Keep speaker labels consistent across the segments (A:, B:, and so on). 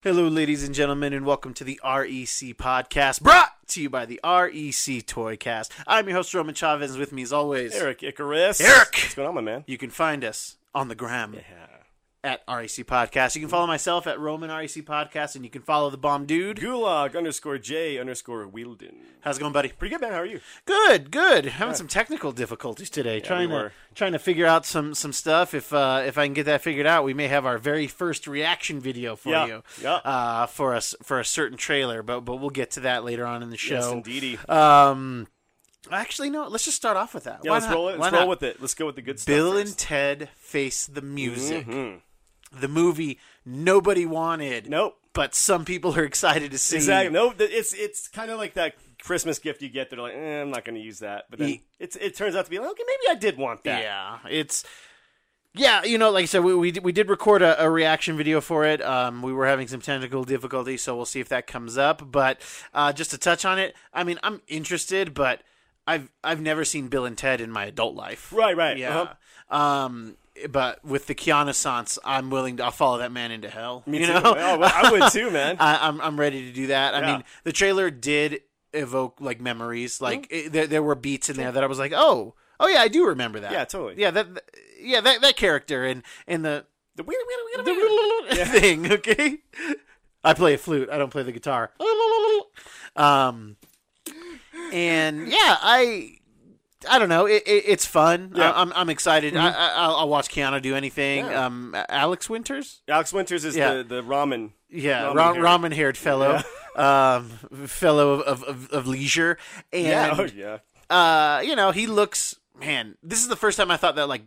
A: Hello, ladies and gentlemen, and welcome to the REC podcast, brought to you by the REC Toycast. I'm your host, Roman Chavez, and with me as always.
B: Eric Icarus.
A: Eric!
B: What's going on, my man?
A: You can find us on the gram
B: Yeah.
A: at REC Podcast. You can follow myself at Roman REC Podcast, and you can follow the bomb dude.
B: Gulag underscore J underscore Wielden.
A: How's it going, buddy?
B: Pretty good, man. How are you?
A: Good, good. Having some technical difficulties today, trying
B: we
A: to
B: were.
A: trying to figure out some some stuff. If uh, if I can get that figured out, we may have our very first reaction video for
B: Yeah,
A: you
B: yeah.
A: Uh, for us for a certain trailer. But but we'll get to that later on in the show.
B: Yes, indeedy.
A: Um, actually, no. Let's just start off with that.
B: yeah,
A: Why
B: let's
A: not?
B: roll it.
A: Why
B: Let's roll
A: not?
B: with it. Let's go with the good stuff.
A: Bill and
B: first.
A: Ted Face the Music,
B: Mhm.
A: the movie nobody wanted,
B: Nope.
A: but some people are excited to see.
B: Exactly. No, th- it's it's kind of like that Christmas gift you get. They're like, eh, I'm not going to use that, but then
A: Ye-
B: it's it turns out to be like, okay, maybe I did want that.
A: Yeah, it's yeah. You know, like I said, we we, did- we did record a, a reaction video for it. Um, we were having some technical difficulties, so we'll see if that comes up. But uh, just to touch on it, I mean, I'm interested, but I've I've never seen Bill and Ted in my adult life.
B: Right. Right.
A: Yeah.
B: uh-huh.
A: Um, but with the Kiana I'm willing to. I'll follow that man into hell.
B: Me
A: you
B: too.
A: know,
B: Oh, well, I would too, man.
A: I, I'm I'm ready to do that. I
B: Yeah. Mm-hmm.
A: mean, the trailer did evoke like memories. Like it, there there were beats in there that I was like, oh, oh yeah, I do remember that.
B: Yeah, totally.
A: Yeah, that, that- yeah that that character and and the
B: The
A: the thing. Okay, I play a flute. I don't play the guitar. Um, and yeah, I. I don't know. It, it, it's fun.
B: Yeah. Mm-hmm.
A: I, I'm I'm excited. I, I, I'll, I'll watch Keanu do anything.
B: Yeah.
A: Um, Alex Winters,
B: Alex Winters is
A: Yeah.
B: the the ramen.
A: yeah,
B: Ramen
A: ra-
B: haired.
A: ramen haired fellow, um, fellow of, of, of leisure,
B: Yeah.
A: and
B: Oh yeah.
A: uh, you know, he looks man. This is the first time I thought that like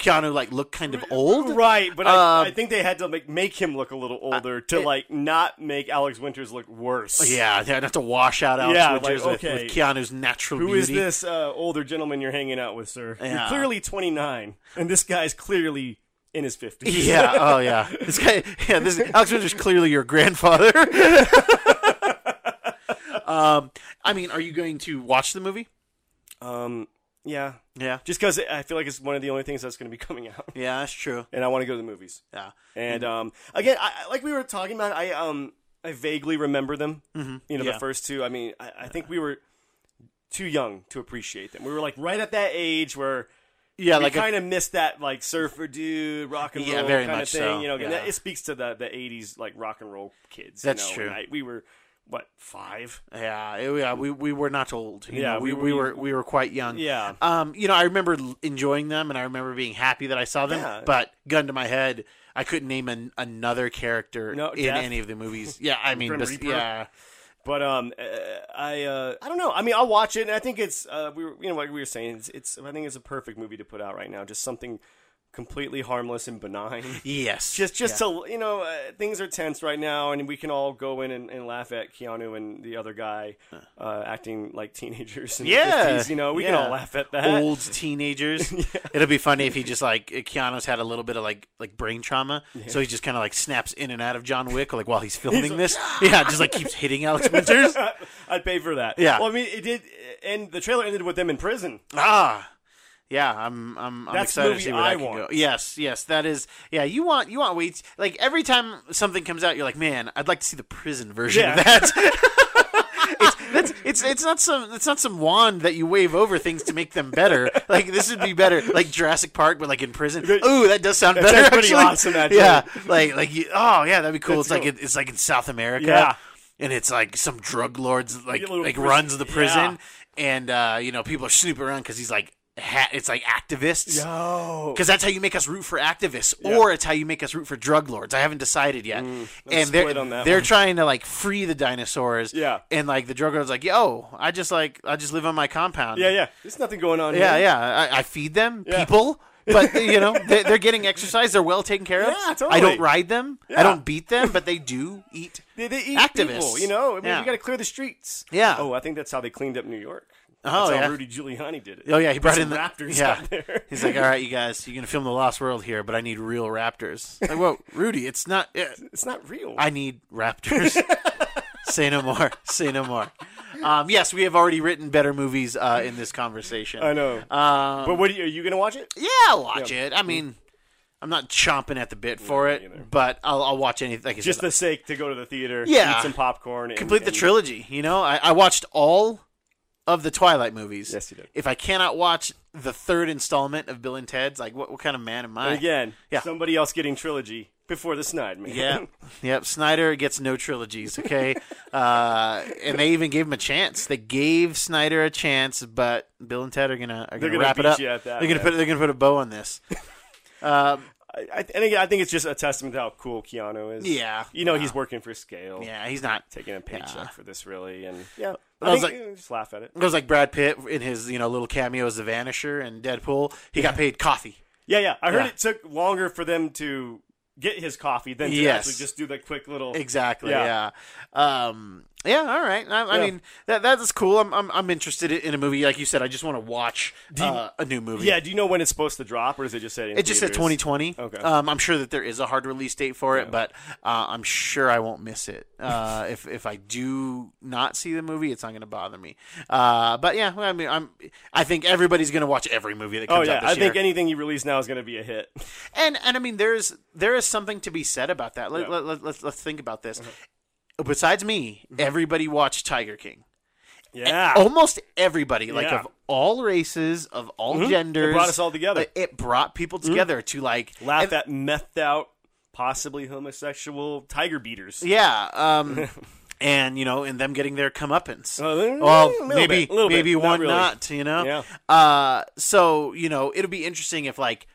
A: Keanu like looked kind of old,
B: Right, but I,
A: Um,
B: I think they had to make, make him look a little older to like not make Alex Winters look worse.
A: Yeah, they have to wash out Alex
B: Yeah,
A: Winters
B: like,
A: with,
B: okay.
A: with Keanu's natural
B: Who
A: beauty.
B: is this uh, older gentleman you're hanging out with, sir?
A: Yeah.
B: You're clearly 29, and this guy's clearly in his 50s.
A: Yeah. Oh, yeah. This guy. Yeah. This Alex Winter's clearly your grandfather. um, I mean, are you going to watch the movie?
B: Um, yeah.
A: Yeah.
B: Just because I feel like it's one of the only things that's going to be coming out,
A: Yeah, that's true.
B: and I want to go to the movies.
A: Yeah.
B: And um, again, I, I- like we were talking about, I um, I vaguely remember them. Mm-hmm. You know,
A: Yeah.
B: the first two. I mean, I, I think we were too young to appreciate them. We were like right at that age where
A: Yeah,
B: like
A: like
B: we
A: a,
B: kind of missed that like surfer dude rock and
A: Yeah,
B: roll
A: very
B: kind
A: much
B: of thing.
A: so,
B: You know, and
A: yeah.
B: that- it speaks to the the '80s like rock and roll kids.
A: That's
B: you know,
A: true.
B: and I- we were what five?
A: yeah, it- yeah. We we were not old. you
B: Yeah,
A: know, we,
B: we-
A: we
B: we-
A: were we were quite young.
B: Yeah.
A: Um, you know, I remember l- enjoying them, and I remember being happy that I saw them.
B: Yeah.
A: But gun to my head, I couldn't name an, another character
B: No,
A: in
B: Death.
A: any of the movies. Yeah, I mean,
B: Grim
A: bes-
B: Reaper.
A: yeah,
B: But um, uh, I uh, I don't know. I mean, I'll watch it, and I think it's uh, we were you know like we were saying, it's, it's I think it's a perfect movie to put out right now. Just something completely harmless and benign.
A: yes,
B: Just, just to you know, uh, things are tense right now, and we can all go in and, and laugh at Keanu and the other guy uh, acting like teenagers. In
A: Yeah,
B: the 50s, you know, we can
A: yeah.
B: all laugh at that.
A: old teenagers. It'll be funny if he just like Keanu's had a little bit of like like brain trauma, so he just kind of like snaps in and out of John Wick like while he's filming
B: like, "Ah!"
A: this. yeah, just like keeps hitting Alex Winters.
B: I'd pay for that.
A: Yeah.
B: Well, I mean, it did, and the trailer ended with them in prison.
A: ah. Yeah, I'm I'm, I'm
B: That's
A: excited
B: the
A: to see
B: movie
A: where
B: I
A: that can go.
B: want.
A: Yes, yes, that is. Yeah, you want you want weights like every time something comes out, you're like, man, I'd like to see the prison version
B: Yeah.
A: of that. it's, that's, it's it's not some it's not some wand that you wave over things to make them better. Like this would be better, like Jurassic Park, but like in prison. Ooh, that does sound better.
B: sounds pretty
A: actually.
B: awesome, actually.
A: Yeah, like like you, oh yeah, that'd be cool.
B: That's
A: it's like
B: cool.
A: it, it's like in South America.
B: Yeah.
A: And it's like some drug lord's like
B: A little
A: like
B: prison-
A: runs the prison,
B: yeah.
A: and uh, you know people are snooping around because he's like ha- it's like activists
B: Yo.
A: because that's how you make us root for activists or it's how you make us root for drug lords i haven't decided yet and
B: Mm, split
A: they're,
B: on that
A: they're
B: one.
A: trying to like free the dinosaurs
B: Yeah.
A: and like the drug lords like yo i just like i just live on my compound
B: Yeah, yeah. There's nothing going on.
A: yeah
B: here.
A: yeah i, I feed them
B: Yeah.
A: people but you know they're, they're getting exercise they're well taken care of
B: Yeah,
A: i
B: totally.
A: don't ride them i
B: Yeah.
A: don't beat them but they do eat
B: They, they eat
A: Activists.
B: people, you know. I mean,
A: Yeah.
B: you got to clear the streets.
A: Yeah.
B: Oh, I think that's how they cleaned up New York. That's
A: Oh,
B: how
A: yeah.
B: Rudy Giuliani did it.
A: Oh yeah, he brought
B: Some
A: in the
B: raptors
A: Yeah,
B: out there.
A: he's like, "All right, you guys, you're gonna film the Lost World here, but I need real raptors." Like, whoa, Rudy, it's not. yeah,
B: It's not real.
A: I need raptors. Say no more. Say no more. Um, yes, we have already written better movies uh, in this conversation.
B: I know.
A: Um,
B: but what are you, are you gonna watch it?
A: yeah, I'll watch it. I mean, I'm not chomping at the bit for it,
B: either.
A: but I'll, I'll watch anything. Like I
B: Just
A: said,
B: the sake to go to the theater,
A: Yeah.
B: eat some popcorn, and,
A: complete the
B: and-
A: trilogy. You know, I, I watched all of the Twilight movies.
B: Yes, you did.
A: If I cannot watch the third installment of Bill and Ted's, like what, what kind of man am I?
B: And again,
A: Yeah.
B: somebody else getting trilogy before the snide man.
A: Yeah. Yep. Snyder gets no trilogies. Okay. uh, and they even gave him a chance. They gave Snyder a chance, but Bill and Ted are gonna are gonna,
B: gonna
A: wrap it
B: beat
A: up.
B: you at that,
A: they're gonna
B: man.
A: put they're gonna put a bow on this. um,
B: I, I, and again, I think it's just a testament to how cool Keanu is.
A: Yeah.
B: you know he's working for scale.
A: yeah, he's not.
B: taking a paycheck
A: Yeah.
B: for this really, and yeah,
A: But I
B: I
A: was
B: think,
A: like-
B: eh, just laugh at it.
A: It was like Brad Pitt in his you know little cameo as the Vanisher and Deadpool. He got paid coffee.
B: Yeah, yeah. I heard
A: Yeah.
B: it took longer for them to get his coffee than to
A: Yes.
B: actually just do the quick little.
A: Exactly. Yeah.
B: Yeah.
A: Um, yeah. All right. I, I
B: Yeah.
A: mean, that that is cool. I'm, I'm I'm interested in a movie. Like you said, I just want to watch uh, a new movie.
B: Yeah, do you know when it's supposed to drop, or is it just said? In
A: It just said
B: theaters?
A: 2020.
B: Okay.
A: Um, I'm sure that there is a hard release date for it, but uh, I'm sure I won't miss it. Uh, if if I do not see the movie, it's not going to bother me. Uh, but yeah, I mean, I'm. I think everybody's going to watch every movie that
B: Oh
A: comes
B: yeah,
A: out this
B: I think
A: year.
B: anything you release now is going to be a hit.
A: and and I mean, there's there is something to be said about that. Let,
B: Yeah. Uh-huh.
A: let, let, let's let's think about this. Besides me, everybody watched Tiger King.
B: Mm-hmm. Yeah,
A: Almost everybody, like
B: Yeah. Mm-hmm.
A: of all races, of all genders,
B: It brought us all together. Mm-hmm.
A: It- It brought people together to like
B: laugh at methed out, possibly homosexual tiger beaters.
A: Yeah. Um, and you know, and them getting their comeuppance.
B: Uh, a
A: well,
B: little
A: maybe
B: bit, little bit,
A: maybe
B: not
A: one
B: really.
A: not. You know.
B: Yeah.
A: Uh, so you know, it'll be interesting if like.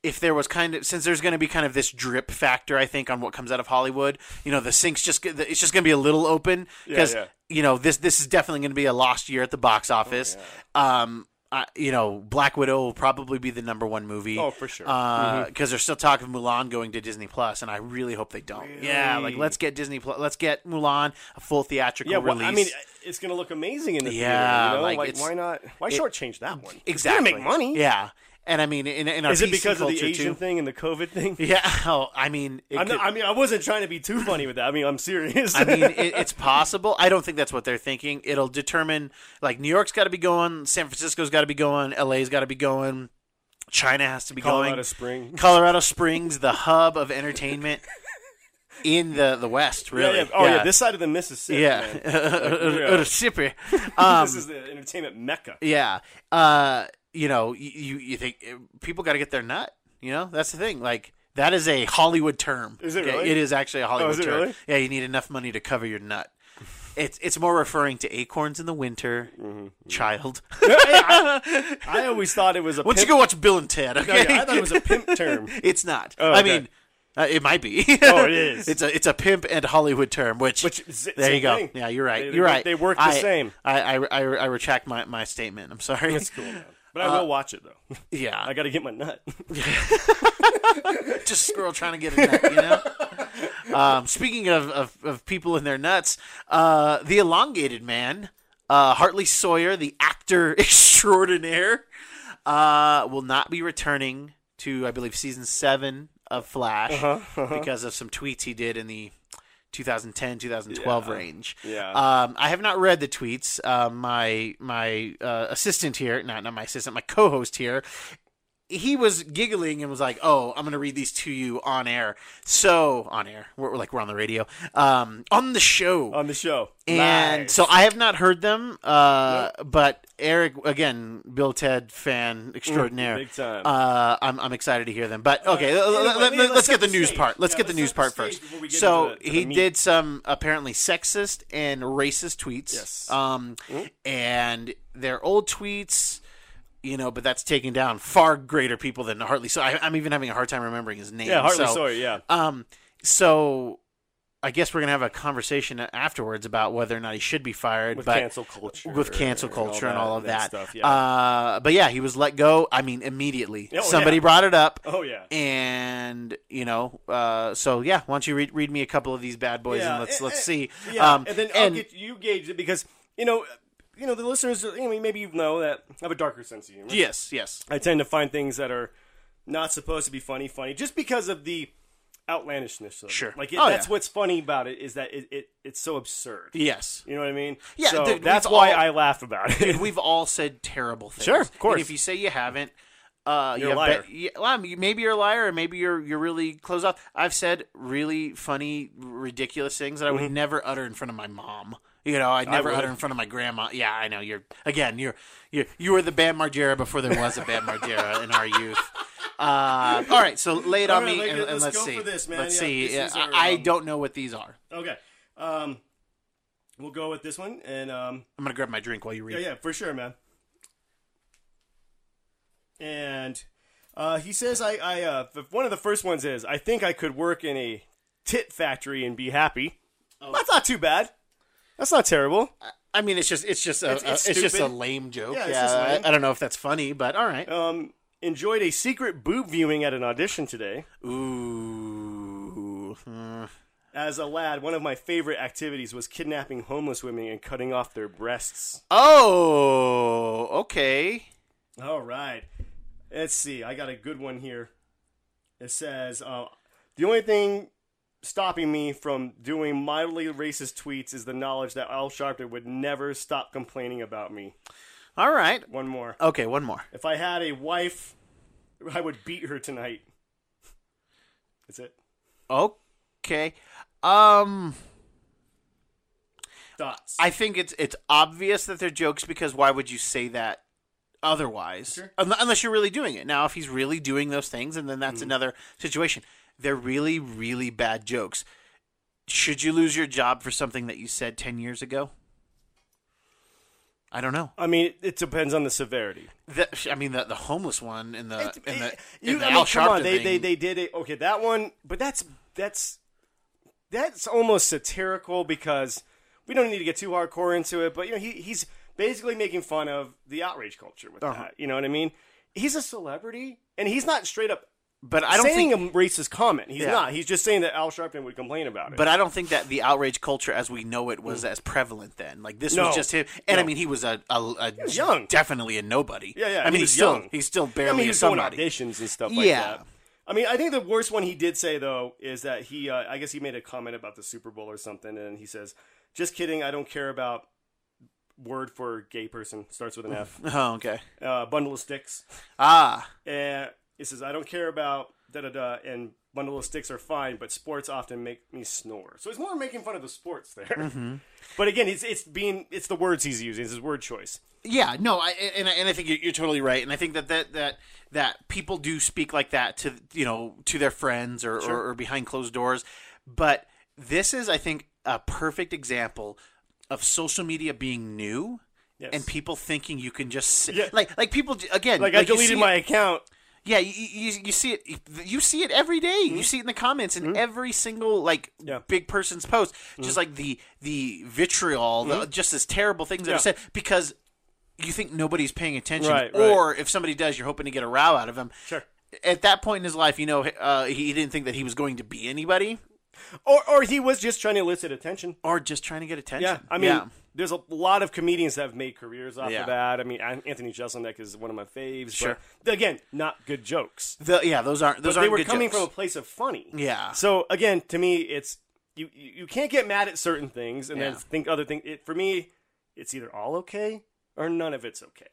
A: If there was kind of since there's going to be kind of this drip factor, I think on what comes out of Hollywood, you know, the sink's just g- it's just going to be a little open because
B: yeah. Oh,
A: you know this this is definitely going to be a lost year at the box office. Um, I, you know, Black Widow will probably be the number one movie.
B: Oh, for sure.
A: Because there's still talk of Mulan going to Disney Plus, and I really hope they don't. Yeah, like
B: Really?
A: let's get Disney Plus. Let's get Mulan a full theatrical
B: Yeah, well,
A: release.
B: I mean, it's going to look amazing in the
A: Yeah,
B: theater. You know?
A: like,
B: like,
A: it's-
B: why not? Why shortchange that one?
A: exactly.
B: It's going to make money.
A: Yeah, and I mean, in, in our
B: Is it
A: PC
B: because of
A: culture
B: the Asian
A: too.
B: thing and the COVID thing?
A: Yeah, oh, I mean, it
B: I'm
A: could-
B: not, I mean, I wasn't trying to be too funny with that. I mean, I'm serious.
A: I mean, it, it's possible. I don't think that's what they're thinking. It'll determine like New York's got to be going, San Francisco's got to be going, LA's got to be going, China has to be
B: Colorado
A: going,
B: Spring.
A: Colorado Springs, the hub of entertainment in the the West,
B: Yeah,
A: really.
B: yeah. Oh yeah. this side of the Mississippi. man.
A: Yeah,
B: yeah.
A: Mississippi. Um,
B: this is the entertainment mecca.
A: yeah, uh, you know, y- you you think eh, people got to get their nut. You know, that's the thing. Like that is a Hollywood term.
B: Is it
A: Okay,
B: really? Oh,
A: It is actually a Hollywood
B: is it
A: term.
B: really?
A: Yeah, you need enough money to cover your nut. It's it's more referring to acorns in the winter,
B: Mm-hmm,
A: child.
B: I always thought it was a.
A: Once you go
B: pimp,
A: watch Bill and Ted, okay?
B: Oh, I thought it was a pimp term.
A: it's not.
B: Oh,
A: I
B: okay.
A: mean, uh, it might be.
B: Oh, it is.
A: It's a it's a pimp and Hollywood term, which,
B: Which is the
A: there you
B: same
A: go.
B: thing.
A: Yeah, you're right.
B: They- they
A: you're
B: work-
A: right.
B: they work the
A: I-
B: same.
A: I I, I, I retract my, my statement. I'm sorry.
B: That's cool, man. But
A: Uh,
B: I will watch it though.
A: Yeah,
B: I got to get my nut.
A: just squirrel trying to get a nut. You know. um, speaking of, of of people and their nuts, uh, the elongated man, uh, Hartley Sawyer, the actor extraordinaire, uh, will not be returning to I believe season seven of Flash
B: Uh-huh,
A: because of some tweets he did in the. 2010 2012 range.
B: Yeah.
A: Um, I have not read the tweets. Uh, my my uh, assistant here, not not my assistant, my co-host here, he was giggling and was like, "Oh, I'm gonna read these to you on air." So on air, we're, we're like we're on the radio, um, on the show,
B: on the show.
A: and
B: Live.
A: so I have not heard them. Uh, but Eric, again, Bill Ted fan extraordinaire,
B: Mm, big time.
A: Uh, I'm I'm excited to hear them. But okay,
B: anyway,
A: let,
B: let- let's
A: us
B: set
A: get the
B: the
A: news
B: stage.
A: part. Let's
B: Yeah,
A: get the
B: let's
A: news
B: set the
A: part
B: stage
A: first.
B: before we get
A: So
B: into the- to
A: he
B: the meat.
A: did some apparently sexist and racist tweets.
B: Yes. Mm-hmm.
A: Um, and they're old tweets. You know, but that's taking down far greater people than Hartley. So I, I'm even having a hard time remembering his name.
B: yeah, Hartley
A: so,
B: Sawyer. Yeah.
A: um, so I guess we're gonna have a conversation afterwards about whether or not he should be fired,
B: With
A: but
B: cancel culture.
A: with cancel culture and all, of that.
B: stuff. Yeah.
A: uh, but yeah, he was let go. I mean, immediately.
B: Oh,
A: Somebody
B: yeah.
A: brought it up,
B: oh yeah.
A: and you know, uh, so yeah. Why don't you read, read me a couple of these bad boys
B: Yeah,
A: and let's
B: eh,
A: let's
B: eh,
A: see.
B: Yeah,
A: um,
B: and then I'll get you gauge it because you know, you know, the listeners. You know, maybe you know that I have a darker sense of humor.
A: yes, yes,
B: I tend to find things that are not supposed to be funny funny just because of the outlandishness of it.
A: Sure.
B: Like it,
A: Oh,
B: that's
A: yeah.
B: what's funny about it is that it, it it's so absurd.
A: yes.
B: You know what I mean?
A: Yeah,
B: So
A: dude,
B: that's
A: we've
B: why
A: all-
B: I laugh about it.
A: We've all said terrible things.
B: Sure, of
A: And
B: course.
A: if you say you haven't, Uh,
B: You're
A: you
B: a
A: have
B: liar.
A: Be- yeah, well, I mean, maybe you're a liar, or maybe you're you're really closed off. I've said really funny, ridiculous things that I would
B: Mm-hmm.
A: never utter in front of my mom. You know, I'd never
B: would.
A: utter in front of my grandma. Yeah, I know. You're again. You're you you were the Bam Margera before there was a Bam Margera in our youth. Uh, all right, so lay it
B: All
A: on
B: right,
A: me,
B: like,
A: and, and
B: let's
A: let's,
B: go
A: see.
B: for this, man.
A: Let's
B: Yeah,
A: see.
B: this
A: Yeah,
B: is
A: I,
B: our,
A: I
B: um,
A: don't know what these are.
B: Okay. Um, we'll go with this one, and um,
A: I'm gonna grab my drink while you read.
B: yeah, yeah, for sure, man. And uh, he says, "I, I, uh, f- one of the first ones is, I think I could work in a tit factory and be happy.
A: Oh.
B: That's not too bad. That's not terrible.
A: I mean, it's just it's just a
B: It's- it's
A: a- it's just a
B: stupid.
A: lame joke.
B: Yeah, it's just lame.
A: I, I don't know if that's funny, but all right.
B: Um, enjoyed a secret boob viewing at an audition today.
A: Ooh. Hmm.
B: As a lad, one of my favorite activities was kidnapping homeless women and cutting off their breasts.
A: Oh, okay.
B: All right. Let's see. I got a good one here. It says uh, The only thing stopping me from doing mildly racist tweets is the knowledge that Al Sharpton would never stop complaining about me.
A: All right.
B: One more.
A: Okay, one more.
B: If I had a wife, I would beat her tonight. That's it.
A: Okay. Um
B: Thoughts.
A: I think it's it's obvious that they're jokes because why would you say that otherwise?
B: Sure.
A: Un- unless you're really doing it. Now, if he's really doing those things, and then that's
B: Mm-hmm.
A: another situation. They're really, really bad jokes. Should you lose your job for something that you said ten years ago? I don't know.
B: I mean, it depends on the severity.
A: The, I mean, the, the homeless one and the
B: It-
A: Uh, and the,
B: it-
A: and the
B: I
A: Al
B: mean, come on,
A: Sharpton
B: they, they
A: thing.
B: they did it. Okay, that one, but that's that's that's almost satirical because we don't need to get too hardcore into it. But you know, he he's basically making fun of the outrage culture with that. You know what I mean? He's a celebrity, and he's not straight up
A: but I don't think
B: saying a racist comment. He's
A: Yeah.
B: not. He's just saying that Al Sharpton would complain about it.
A: But I don't think that the outrage culture as we know it was as prevalent then. Like this
B: Mm. No.
A: was just him, and I
B: No.
A: mean he was a, a, a
B: was young.
A: definitely a nobody.
B: Yeah, yeah.
A: I mean
B: he
A: he's
B: was
A: still
B: young.
A: he's still
B: I
A: barely
B: mean, he
A: a
B: was
A: somebody.
B: going auditions and stuff like
A: Yeah.
B: that. I mean, I think the worst one he did say though is that he, uh, I guess he made a comment about the Super Bowl or something, and he says, "Just kidding, I don't care about." Word for gay person starts with an F.
A: Oh, okay.
B: Uh, bundle of sticks.
A: Ah,
B: And he says, "I don't care about da da da." And bundle of sticks are fine, but sports often make me snore. So he's more making fun of the sports there.
A: Mm-hmm.
B: But again, it's it's being it's the words he's using. It's his word choice.
A: yeah. No, I and I, and I think you're, you're totally right, and I think that that that that people do speak like that to you know to their friends or or, or behind closed doors, but this is I think a perfect example of social media being new.
B: Yes.
A: And people thinking you can just sit,
B: Yeah.
A: like like people j- again
B: like, I
A: you
B: deleted
A: see-
B: my account.
A: Yeah, you, you, you see it. You see it every day. You see it in the comments in every single like
B: Mm-hmm. Yeah. Mm-hmm.
A: big person's post. Just like the the vitriol, the, just as terrible things that
B: Yeah.
A: are said because you think nobody's paying attention,
B: Right, right.
A: or if somebody does, you're hoping to get a row out of him.
B: Sure.
A: At that point in his life, you know, uh, he didn't think that he was going to be anybody,
B: Or or he was just trying to elicit attention.
A: or just trying to get attention.
B: Yeah, I mean, there's a lot of comedians that have made careers off
A: Yeah.
B: of that. I mean, An- Anthony Jeselnik is one of my faves.
A: Sure.
B: but again, not good jokes.
A: The- yeah, those aren't those
B: But they
A: aren't
B: were
A: good
B: coming
A: jokes.
B: from a place of funny.
A: Yeah.
B: So again, to me, it's you you you can't get mad at certain things and then
A: Yeah.
B: think other things. It, for me, it's either all okay or none of it's okay.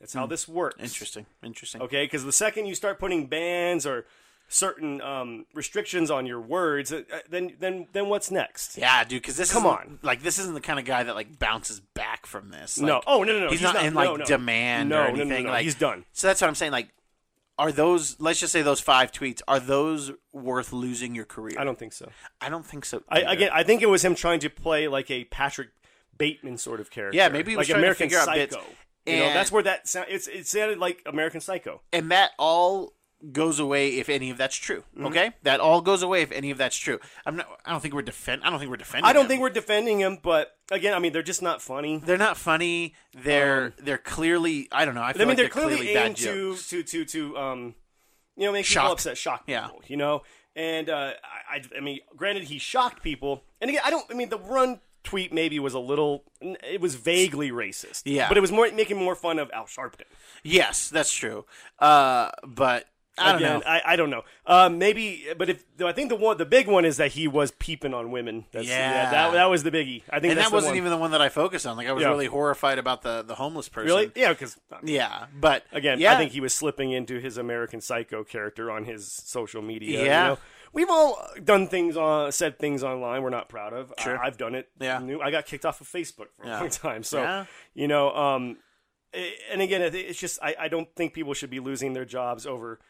B: That's how this works.
A: Hmm. interesting, interesting.
B: Okay, because the second you start putting bans or certain um, restrictions on your words, uh, uh, then then then what's next?
A: Yeah, dude, because this
B: Come
A: isn't-
B: on.
A: like this isn't the kind of guy that like bounces back from this.
B: No.
A: Like,
B: Oh, no, no, no.
A: he's,
B: He's
A: not,
B: not-
A: in
B: no,
A: like
B: no.
A: demand
B: No,
A: or
B: no, no, no,
A: anything.
B: no.
A: Like
B: He's done.
A: So that's what I'm saying. Like, are those? Let's just say those five tweets are those worth losing your career?
B: I don't think so.
A: I don't think so.
B: I,
A: either.
B: again, I think it was him trying to play like a Patrick Bateman sort of character.
A: Yeah, maybe he was
B: like
A: trying to
B: American
A: figure out
B: Psycho.
A: bits.
B: You know,
A: And-
B: that's where that sound. It's it sounded like American Psycho.
A: and that all goes away if any of that's true.
B: Mm-hmm.
A: Okay, that all goes away if any of that's true. I'm not. I don't think we're defend. I don't think we're defending.
B: I don't
A: him.
B: think we're defending him, but again, I mean, they're just not funny.
A: They're not funny. They're they're clearly. I don't know. I, feel
B: Um, I mean,
A: like
B: they're, clearly,
A: bad
B: aimed
A: jokes.
B: to to to to um, you know, make
A: Shock.
B: people upset, shock
A: Yeah.
B: people. You know, and uh, I, I I mean, granted, he shocked people, and again, I don't. I mean, the run tweet maybe was a little. It was vaguely racist.
A: Yeah.
B: but it was more making more fun of Al Sharpton.
A: Yes, that's true. Uh, but I don't
B: Again,
A: know.
B: I, I don't know. Um, maybe, but if though I think the one, the big one is that he was peeping on women. That's,
A: Yeah.
B: that, that was the biggie. I think
A: and
B: that's
A: that
B: the
A: wasn't
B: one.
A: even the one that I focused on. Like I was
B: Yeah.
A: really horrified about the the homeless person.
B: really. Yeah, because
A: Yeah, but
B: again,
A: yeah,
B: I think he was slipping into his American Psycho character on his social media. you
A: Yeah.
B: know? We've all done things on said things online we're not proud of. Sure. I, have done it.
A: Yeah.
B: New- I got kicked off of Facebook for
A: Yeah.
B: a long time. So
A: Yeah.
B: you know, um, i- and again, it- it's just I, I don't think people should be losing their jobs over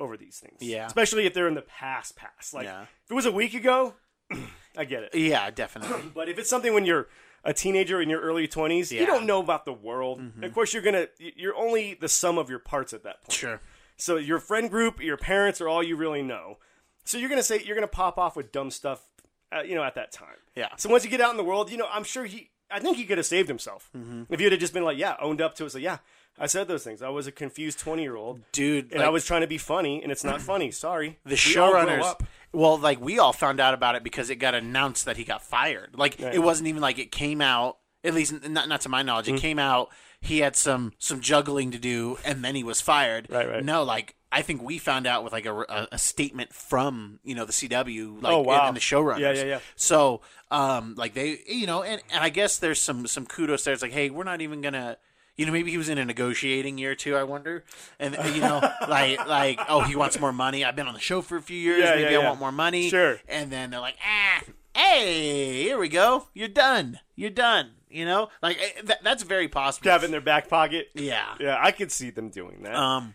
B: over these things.
A: Yeah.
B: especially if they're in the past past. Like
A: Yeah.
B: if it was a week ago, I get it.
A: yeah, definitely.
B: But if it's something when you're a teenager in your early 20s,
A: Yeah. Mm-hmm.
B: you don't know about the world. Of course, you're going to, you're only the sum of your parts at that point.
A: sure.
B: So your friend group, your parents are all you really know. So you're going to say, you're going to pop off with dumb stuff, uh, you know, at that time.
A: Yeah.
B: So once you get out in the world, you know, I'm sure he, I think he could have saved himself
A: Mm-hmm.
B: if you'd have just been like, yeah, owned up to it. So yeah, I said those things. I was a confused 20 year old.
A: Dude,
B: And
A: like-
B: I was trying to be funny, and it's not funny. Sorry.
A: the
B: We all grow
A: showrunners
B: up.
A: well like we all found out about it because it got announced that he got fired like it wasn't even like it came out at least n- not not to my knowledge
B: Hmm.
A: it came out he had some some juggling to do and then he was fired
B: Right, right.
A: no like I think we found out with like a, a, a statement from you know the CW like
B: Oh, wow.
A: and, and the showrunners
B: Yeah, yeah, yeah.
A: so um like they you know and, and I guess there's some some kudos there it's like hey we're not even gonna you know maybe he was in a negotiating year too I wonder and you know like like oh he wants more money I've been on the show for a few years
B: Yeah,
A: maybe
B: yeah,
A: I
B: yeah.
A: want more money.
B: Sure.
A: And then they're like, ah, hey, here we go. You're done. You're done. You know, like eh, that, that's very possible.
B: Have it in their back pocket.
A: Yeah.
B: Yeah, I could see them doing that.
A: Um,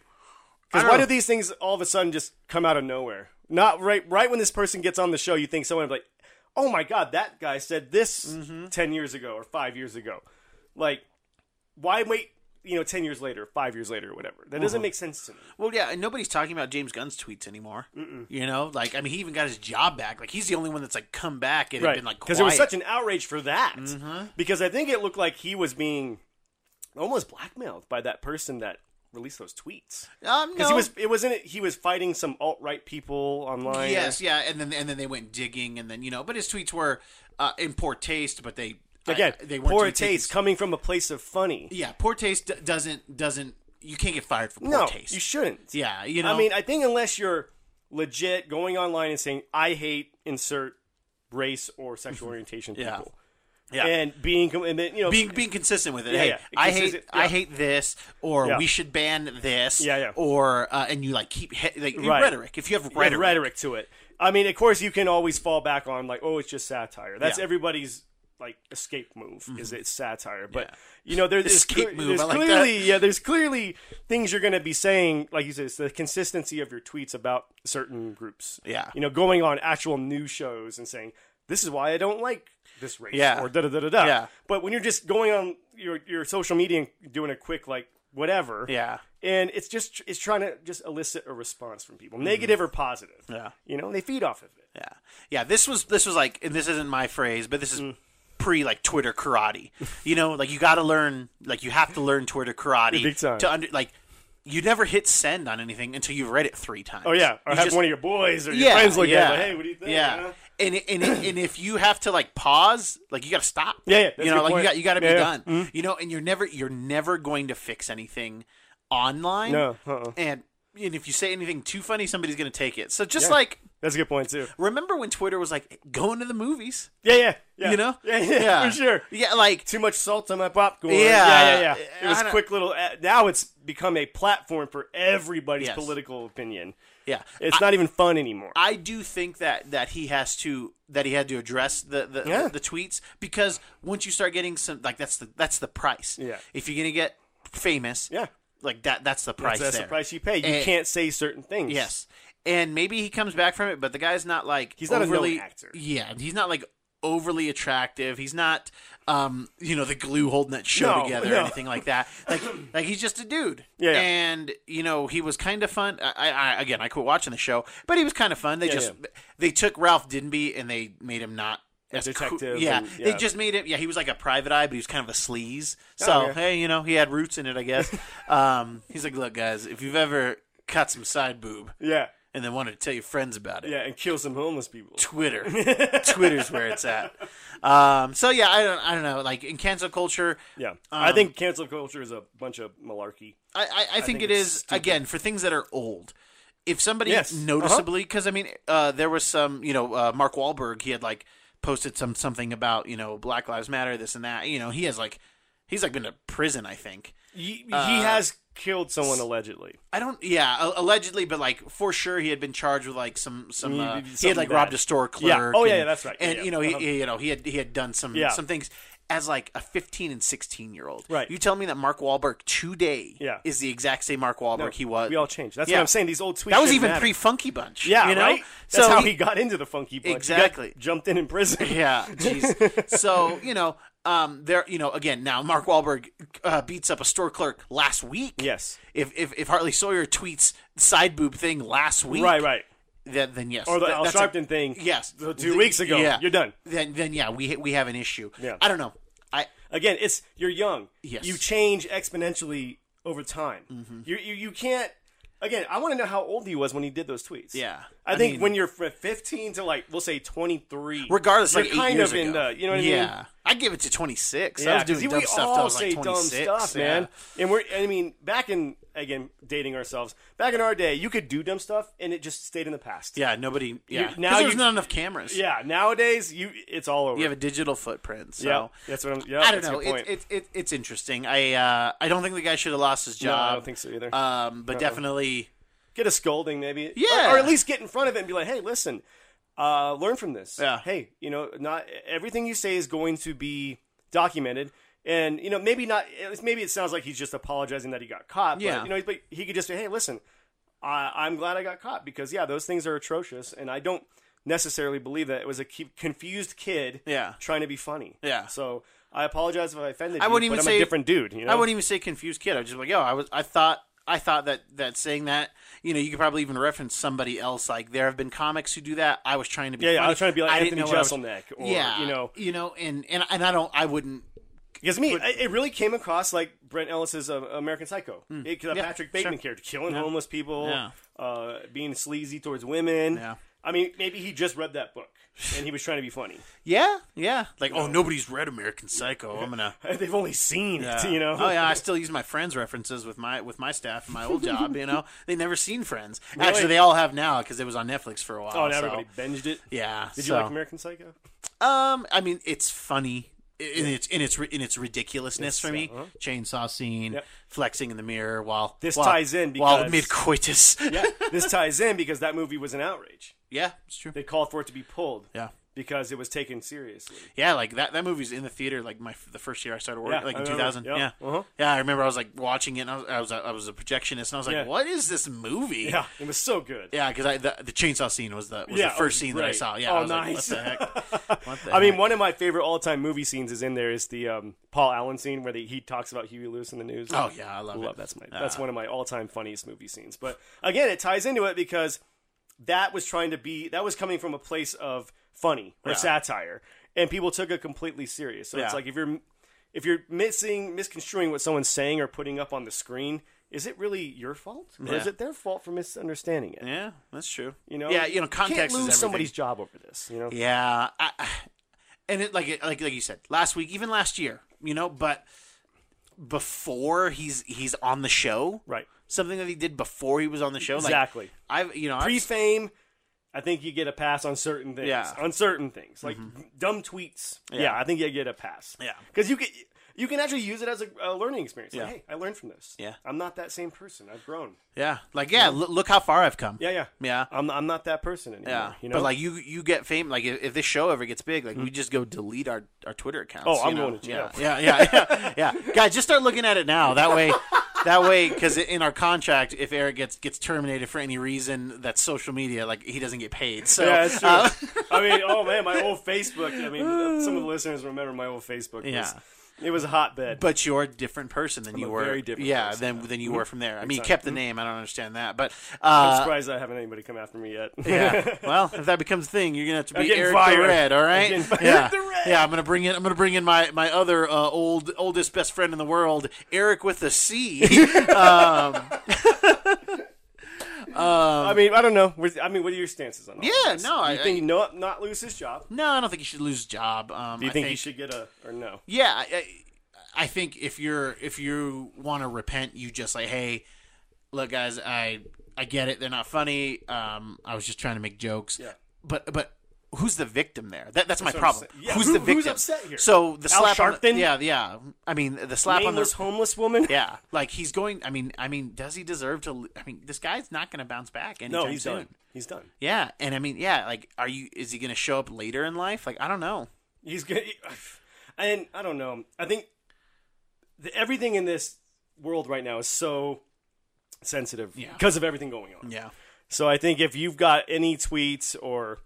B: Because
A: I don't
B: why
A: know.
B: do these things all of a sudden just come out of nowhere? Not right. Right when this person gets on the show, you think someone would be like, "Oh my god, that guy said this
A: Mm-hmm.
B: ten years ago or five years ago." Like, why wait? You know, ten years later, five years later, or whatever. That doesn't
A: Mm-hmm.
B: make sense to me.
A: Well, yeah, and nobody's talking about James Gunn's tweets anymore. You know, like I mean, he even got his job back. Like he's the only one that's like come back and had been like
B: Because
A: quiet. Mm-hmm.
B: there was such an outrage for that. Because I think it looked like he was being almost blackmailed by that person that released those tweets.
A: um, no.
B: Because he was, it wasn't. He was fighting some alt right people online.
A: yes, yeah, and then and then they went digging, and then you know, but his tweets were uh, in poor taste, but they
B: Again,
A: I, they weren't
B: poor
A: to be taken
B: taste coming from a place of funny.
A: Yeah, poor taste d- doesn't doesn't you can't get fired for poor
B: no,
A: taste.
B: you shouldn't.
A: yeah, you know,
B: I mean, I think unless you're legit going online and saying I hate insert race or sexual orientation
A: Mm-hmm. Yeah.
B: people,
A: Yeah.
B: and being com- and then, you know
A: being being consistent with it.
B: Yeah,
A: hey,
B: yeah.
A: I hate
B: Consistent-
A: I
B: yeah.
A: hate this, or
B: Yeah.
A: we should ban this.
B: Yeah, yeah.
A: Or uh, and you like keep he- like
B: Right.
A: rhetoric. If you have
B: rhetoric.
A: rhetoric,
B: to it. I mean, of course, you can always fall back on like, oh, it's just satire. That's
A: Yeah. Mm-hmm.
B: everybody's like escape move is it's satire. But
A: Yeah.
B: you know, there- there's
A: Escape
B: cle-
A: move,
B: There's
A: I like
B: clearly, yeah, there's clearly things you're going to be saying. Like you said, it's the consistency of your tweets about certain groups.
A: Yeah.
B: you know, going on actual news shows and saying this is why I don't like this race.
A: Yeah.
B: or da da da da da.
A: Yeah.
B: But when you're just going on your your social media and doing a quick like whatever
A: yeah,
B: and it's just it's trying to just elicit a response from people, negative or positive.
A: Yeah.
B: you know, and they feed off of it.
A: yeah, yeah. This was this was like, and this isn't my phrase, but this is.
B: Mm.
A: Pre like Twitter karate, you know, like you got to learn, like you have to learn Twitter karate
B: Big time.
A: to under like you never hit send on anything until you've read it three times.
B: Oh yeah, or
A: You
B: have
A: just-
B: one of your boys or your friends look at it. Like, hey, what do you think?
A: Yeah.
B: you know?
A: And, it- and, it- and if you have to like pause, like you got to stop.
B: Yeah, yeah, that's
A: you
B: a
A: know,
B: good
A: like you
B: point.
A: got you got to be
B: Yeah, Mm-hmm. yeah.
A: done. You know, and you're never you're never going to fix anything online.
B: No, uh-uh.
A: And and if you say anything too funny, somebody's going to take it. So just like
B: that's a good point too.
A: remember when Twitter was like going to the movies,
B: Yeah, yeah, yeah.
A: you know?
B: yeah, yeah, for sure.
A: Yeah, like
B: Too much salt on my popcorn.
A: Yeah.
B: yeah, yeah. yeah. It
A: I
B: was
A: don't-
B: quick little. uh, Now it's become a platform for everybody's
A: Yes.
B: political opinion.
A: yeah.
B: It's not even fun anymore.
A: I do think that that he has to that he had to address the the,
B: Yeah.
A: the tweets because once you start getting some like that's the that's the price.
B: Yeah.
A: If you're gonna get famous,
B: Yeah.
A: like that that's the price.
B: so that's
A: there.
B: the price you pay. You
A: And-
B: can't say certain things.
A: Yes, and maybe he comes back from it, but the guy's not like
B: He's not a known
A: overly
B: actor.
A: Yeah, he's not like overly attractive. He's not um you know the glue holding that show
B: No,
A: together or
B: no.
A: anything like that. Like like he's just a dude.
B: Yeah, yeah.
A: and you know he was kind of fun. I, I again I quit watching the show, but he was kind of fun. They just they took Ralph Denby and they made him not. as cool-
B: detective
A: yeah,
B: and-
A: they
B: yeah. Oh,
A: just made it. Yeah, he was like a private eye, but he was kind of a sleaze. So
B: yeah.
A: hey, you know, he had roots in it, I guess. um, he's like, look, guys, if you've ever caught some side boob,
B: Yeah.
A: and then wanted to tell your friends about it.
B: Yeah, and kill some homeless people.
A: Twitter, Twitter's where it's at. Um, so yeah, I don't, I don't know. Like in cancel culture,
B: Yeah, I
A: Um,
B: think cancel culture is a bunch of malarkey.
A: I, I, I think,
B: think
A: it
B: it's
A: is again for things that are old. if somebody
B: Yes. Uh-huh.
A: noticeably, because I mean, uh, there was some, you know, uh, Mark Wahlberg. He had like posted some something about you know Black Lives Matter, this and that. You know, he has like he's like been to prison, I think.
B: He, he has killed Uh, someone allegedly.
A: I don't, yeah, a- allegedly, but like for sure, he had been charged with like some some. Uh,
B: Mm,
A: he had like
B: something
A: robbed
B: bad.
A: a store
B: Yeah.
A: clerk.
B: Oh, yeah,
A: and-
B: yeah, that's right. Yeah,
A: And
B: yeah.
A: you know, he,
B: Uh-huh.
A: he- you know, he had he had done some
B: Yeah.
A: some things as like a 15 and 16 year old.
B: Right.
A: You tell me that Mark Wahlberg today
B: Yeah.
A: is the exact same Mark Wahlberg he was.
B: We all changed. That's
A: Yeah.
B: what I'm saying. These old tweets.
A: that was
B: shouldn't
A: even
B: matter.
A: pre Funky Bunch.
B: Yeah,
A: you know?
B: right. That's
A: so
B: how he, got into the funky bunch. He got
A: Exactly.
B: jumped in in prison.
A: Yeah, jeez. so you know, um, there, you know, again, now Mark Wahlberg uh, beats up a store clerk last week.
B: Yes.
A: If if, if Hartley Sawyer tweets side boob thing last week,
B: Right, right.
A: Then, then yes,
B: Or the
A: That-
B: Al
A: that's a-
B: Sharpton thing.
A: Yes,
B: the two
A: The-
B: weeks ago.
A: Yeah,
B: You're done.
A: Then then yeah, we we have an issue.
B: Yeah.
A: I don't know. I
B: Again, it's you're young.
A: Yes. Mm-hmm.
B: You change exponentially over time. You, you you can't. Again, I want to know how old he was when he did those tweets.
A: Yeah.
B: I,
A: I
B: think
A: mean-
B: when you're fr- 15 to like we'll say 23,
A: regardless,
B: you're
A: like eight
B: kind
A: years
B: of in
A: ago.
B: the you know what I mean.
A: Yeah, I give it to twenty six. I was
B: 'cause
A: doing
B: he-
A: dumb
B: we
A: stuff till
B: all
A: I was like
B: say dumb
A: twenty six.
B: stuff, man. And we're, I mean, back in again, dating ourselves. Back in our day, you could do dumb stuff, and it just stayed in the past.
A: Yeah, nobody. Yeah,
B: now
A: now there's
B: you-
A: not enough cameras.
B: Yeah, nowadays you, it's all over.
A: you have a digital footprint. So
B: yeah, that's what I'm. Yeah,
A: I don't
B: that's a
A: know.
B: good
A: It,
B: point.
A: it, it, it's interesting. I uh, I don't think the guy should have lost his
B: no,
A: job.
B: I don't think so either.
A: Um, but definitely,
B: get a scolding, maybe.
A: Yeah.
B: or, or at least get in front of it and be like, "Hey, listen, uh, learn from this.
A: Yeah.
B: Hey, you know, not everything you say is going to be documented." And you know, maybe not. it's- Maybe it sounds like he's just apologizing that he got caught.
A: Yeah.
B: But, you know, but he could just say, "Hey, listen, I, I'm glad I got caught because yeah, those things are atrocious, and I don't necessarily believe that it was a cu- confused kid
A: Yeah.
B: trying to be funny.
A: Yeah.
B: So I apologize if I offended
A: I
B: you.
A: wouldn't
B: but
A: even
B: I'm
A: say-
B: a different dude. You know,
A: I wouldn't even say confused kid. I was just like, oh, I was. I thought. I thought that that saying that, you know, you could probably even reference somebody else. Like there have been comics who do that. I was trying to be.
B: Yeah, yeah,
A: funny.
B: I was trying to be like
A: didn't
B: Anthony
A: know what I was-
B: Jeselnik, or
A: yeah,
B: you know,
A: you know, and and and I don't. I wouldn't.
B: Because me, I- it really came across like Brent Ellis's uh, American Psycho, It- the Patrick Bateman character, killing homeless people,
A: Hmm. Yeah.
B: uh, being sleazy towards women.
A: Yeah.
B: I mean, maybe he just read that book and he was trying to be funny.
A: Yeah, yeah. Like, oh, nobody's read American Psycho. I'm gonna.
B: They've only seen
A: Yeah.
B: it, you know.
A: Oh yeah, I still use my friends references with my with my staff and my old job. You know, they never seen Friends. Actually, they all have now because it was on Netflix for a while.
B: Oh, now
A: so-
B: everybody binged it.
A: Yeah.
B: Did
A: so-
B: you like American Psycho?
A: Um, I mean, it's funny in its in its in its ridiculousness for me. Chainsaw scene,
B: uh-huh. Yep.
A: flexing in the mirror while
B: This
A: while-
B: ties in
A: while
B: because-
A: mid coitus.
B: Yeah. this ties in because that movie was an outrage.
A: yeah, it's true.
B: They called for it to be pulled
A: Yeah.
B: because it was taken seriously.
A: Yeah, like that. That movie's in the theater. Like my the first year I started working,
B: Yeah,
A: like
B: I
A: in two
B: remember.
A: thousand.
B: Yeah.
A: Yeah,
B: Uh-huh.
A: yeah. I remember I was like watching it. and I was I was a, I was a projectionist, and I was like,
B: Yeah.
A: "What is this movie?"
B: Yeah, it was so good.
A: yeah, because I the, the chainsaw scene was the was
B: Yeah,
A: the first
B: oh,
A: scene that I
B: right.
A: saw. Yeah,
B: Oh,
A: I was
B: nice.
A: like, what the heck? What the
B: I mean,
A: heck?
B: one of my favorite all-time movie scenes is in there. Is the um, Paul Allen scene where the, he talks about Huey Lewis in the news.
A: oh yeah, I love,
B: love
A: it.
B: that's my that's one of my all-time funniest movie scenes. But again, it ties into it because that was trying to be that was coming from a place of funny or
A: Yeah.
B: satire, and people took it completely serious. So
A: Yeah.
B: it's like if you're if you're missing misconstruing what someone's saying or putting up on the screen, is it really your fault or is
A: Yeah.
B: it their fault for misunderstanding it?
A: Yeah, that's true.
B: You know,
A: yeah, you know, context
B: can't
A: is
B: lose
A: everything.
B: somebody's job over this. You know,
A: Yeah, I, I- and it like it- like like you said last week, even last year, you know. But before he's he's on the show,
B: right?
A: Something that he did before he was on the show, like,
B: Exactly.
A: I've you know, I've-
B: Pre fame, I think you get a pass on certain things.
A: Yeah. Mm-hmm.
B: On certain things. Like dumb tweets. Yeah. I think you get a pass.
A: Yeah.
B: Because you can you can actually use it as a, a learning experience. Like,
A: Yeah.
B: hey, I learned from this.
A: Yeah.
B: I'm not that same person. I've grown.
A: yeah, like yeah, look, look how far I've come.
B: Yeah, yeah.
A: yeah,
B: I'm I'm not that person anymore.
A: yeah.
B: You know?
A: But
B: Mm-hmm.
A: like you you get fame. Like if, if this show ever gets big, like we just go delete our our Twitter accounts.
B: Oh, I'm
A: you know?
B: going to jail.
A: Yeah, yeah, yeah, yeah, yeah. Guys, just start looking at it now. That way. That way, because in our contract, if Eric gets gets terminated for any reason that's social media, like he doesn't get paid. So
B: yeah, that's true.
A: uh,
B: I mean, oh man, my old Facebook. I mean, some of the listeners remember my old Facebook.
A: Yeah.
B: Was, it was a hotbed.
A: But you're a different person than you
B: a
A: were.
B: very different
A: yeah,
B: person Mm-hmm.
A: than than you were from there. I mean, you
B: Exactly.
A: kept the name. I don't understand that, but
B: I'm
A: uh,
B: surprised I haven't anybody come after me yet.
A: yeah. Well, if that becomes a thing, you're gonna have to be
B: getting
A: Eric the
B: fired.
A: Red. All
B: I'm
A: right.
B: getting fired.
A: yeah.
B: The Red.
A: Yeah. I'm gonna bring in. I'm gonna bring in my my other uh, old oldest best friend in the world, Eric with a C.
B: I mean, I don't know. Where's- I mean, what are your stances on all
A: Yeah,
B: This?
A: no,
B: You
A: I-
B: think he not not lose his job?
A: no, I don't think he should lose his job. Um,
B: Do you
A: I
B: think,
A: think
B: he should get a or no?
A: yeah I, I- I think if you're if you want to repent you just like hey look, guys, I I get it. They're not funny. Um, I was just trying to make jokes.
B: Yeah.
A: But but who's the victim there? That, that's, my
B: what I'm
A: problem.
B: saying. Yeah,
A: Who's
B: who-
A: the
B: who's
A: victim?
B: upset here?
A: So the
B: Al
A: slap on the,
B: Sharpton?
A: yeah yeah. I mean the slap on the
B: Nameless homeless woman.
A: yeah, like he's going. I mean, I mean, does he deserve to? I mean, this guy's not going to bounce back anytime
B: No, he's
A: soon.
B: done. He's done.
A: Yeah, and I mean, yeah, like, are you? Is he going to show up later in life? Like, I don't know.
B: He's good. And I don't know. I think the, everything in this world right now is so sensitive
A: Yeah.
B: because of everything going on.
A: Yeah,
B: So I think if you've got any tweets or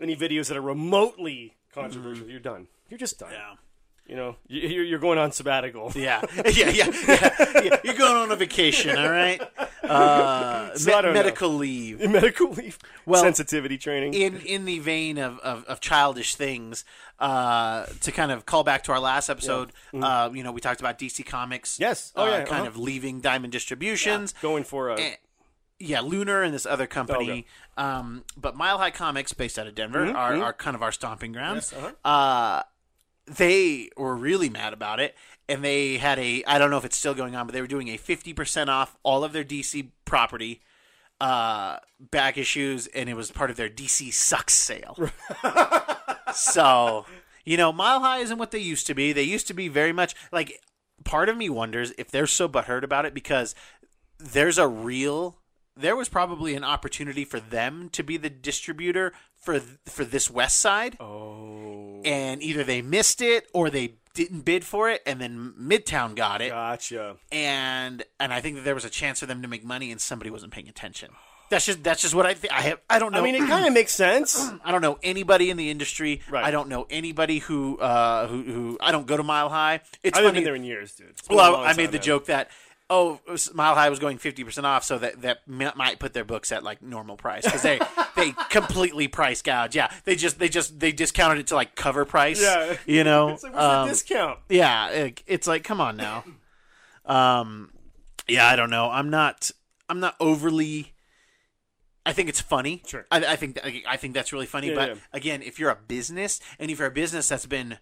B: any videos that are remotely controversial, you're done. You're just done.
A: Mm-hmm. yeah,
B: You know, you- you're you're going on sabbatical.
A: yeah, yeah, yeah. yeah. yeah. You're going on a vacation, all right? Uh,
B: So
A: me-
B: I don't know.
A: medical leave.
B: Medical leave.
A: Well,
B: sensitivity training.
A: In in the vein of, of, of childish things, uh, to kind of call back to our last episode, uh, you know, we talked about DC Comics.
B: Mm-hmm. Yes. Oh,
A: uh,
B: yeah,
A: kind
B: uh-huh.
A: of leaving Diamond Distributions.
B: going for a
A: Eh, yeah, Lunar and this other company. Um, but Mile High Comics, based out of Denver, are, are kind of our stomping grounds. uh, they were really mad about it, and they had a I don't know if it's still going on, but they were doing a fifty percent off all of their DC property uh back issues and it was part of their DC sucks sale. so, you know, Mile High isn't what they used to be. They used to be very much like part of me wonders if they're so butthurt about it because there's a real there was probably an opportunity for them to be the distributor for for this west side
B: oh,
A: and either they missed it or they didn't bid for it and then midtown got it
B: gotcha.
A: and and i think that there was a chance for them to make money and somebody wasn't paying attention that's just that's just what i think i have i don't know
B: I mean, it kind of makes sense.
A: I don't know anybody in the industry.
B: Right.
A: I don't know anybody who uh, who who I don't go to Mile High. It's
B: I haven't
A: funny.
B: been there in years, dude. It's been a
A: well,
B: long
A: I, I made
B: time
A: the
B: now.
A: joke that oh, Mile High was going fifty percent off, so that that mi- might put their books at like normal price because they they completely price gouge. Yeah, they just they just they discounted it to like cover price.
B: Yeah.
A: you know.
B: It's like, what's
A: um,
B: the discount?
A: yeah, it, it's like come on now. Um, yeah, I don't know. I'm not. I'm not overly. I think it's funny.
B: Sure.
A: I, I think I, I think that's really funny.
B: Yeah,
A: but
B: yeah.
A: again, if you're a business and if you're a business that's been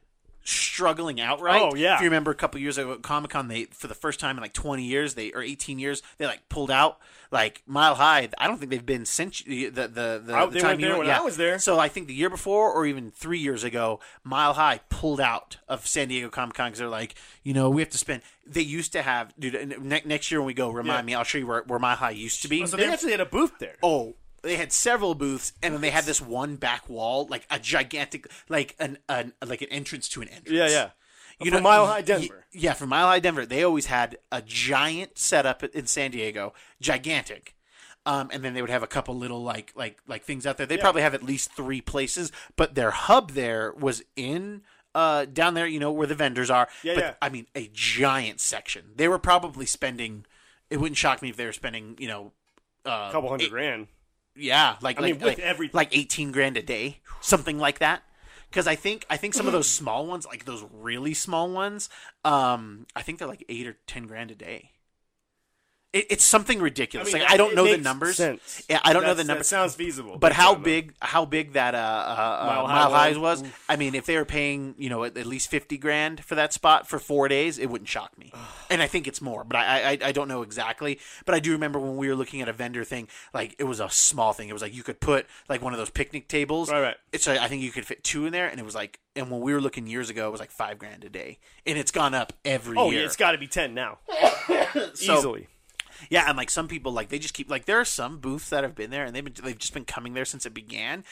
A: struggling outright,
B: Oh, yeah.
A: If you remember a couple years ago at Comic Con, they for the first time in like 20 years, they or 18 years, they like pulled out like Mile High. I don't think they've been since you- the the the,
B: I-
A: the
B: they
A: time
B: weren't
A: you
B: there
A: went-
B: when
A: yeah.
B: I was there.
A: So I think the year before, or even three years ago, Mile High pulled out of San Diego Comic Con because they're like, you know, we have to spend. They used to have, dude. and Ne- next year when we go, remind me.
B: Yeah. Oh,
A: I'll show you where, where Mile High used to be.
B: So they actually had a booth there.
A: oh, they had several booths, and then they had this one back wall, like a gigantic, like an, an like an entrance to an entrance.
B: Yeah, yeah.
A: You
B: For
A: know,
B: Mile High
A: y-
B: Denver.
A: y- yeah, for Mile High Denver, they always had a giant setup in San Diego, gigantic. Um, and then they would have a couple little like like like things out there. They probably have at least three places, but their hub there was in uh down there, you know, where the vendors are.
B: Yeah,
A: but,
B: yeah.
A: I mean, a giant section. They were probably spending. It wouldn't shock me if they were spending, you know, uh,
B: A couple hundred grand.
A: yeah, like
B: mean,
A: like, like,
B: with everything.
A: like eighteen grand a day, something like that. Because I think I think some of those small ones, like those really small ones, um, I think they're like eight or ten grand a day. It, it's something ridiculous.
B: mean,
A: like I don't
B: it
A: know the
B: makes
A: numbers.
B: sense.
A: Yeah, I don't know
B: That's-
A: the
B: That
A: numbers.
B: sounds feasible.
A: But how
B: Yeah, no.
A: big how big that uh, uh, uh
B: Mile
A: mile,
B: High
A: highs
B: was?
A: was? I mean, if they were paying you know at, at least fifty grand for that spot for four days, it wouldn't shock me. and I think it's more, but I, I I don't know exactly. But I do remember when we were looking at a vendor thing, like it was a small thing. It was like you could put like one of those picnic tables.
B: Right, right.
A: It's like, I think you could fit two in there, and it was like, and when we were looking years ago, it was like five grand a day, and it's gone up every
B: Oh,
A: year.
B: yeah, it's got to be ten now. Easily.
A: Yeah, and like some people, like they just keep like there are some booths that have been there and they've been they've just been coming there since it began,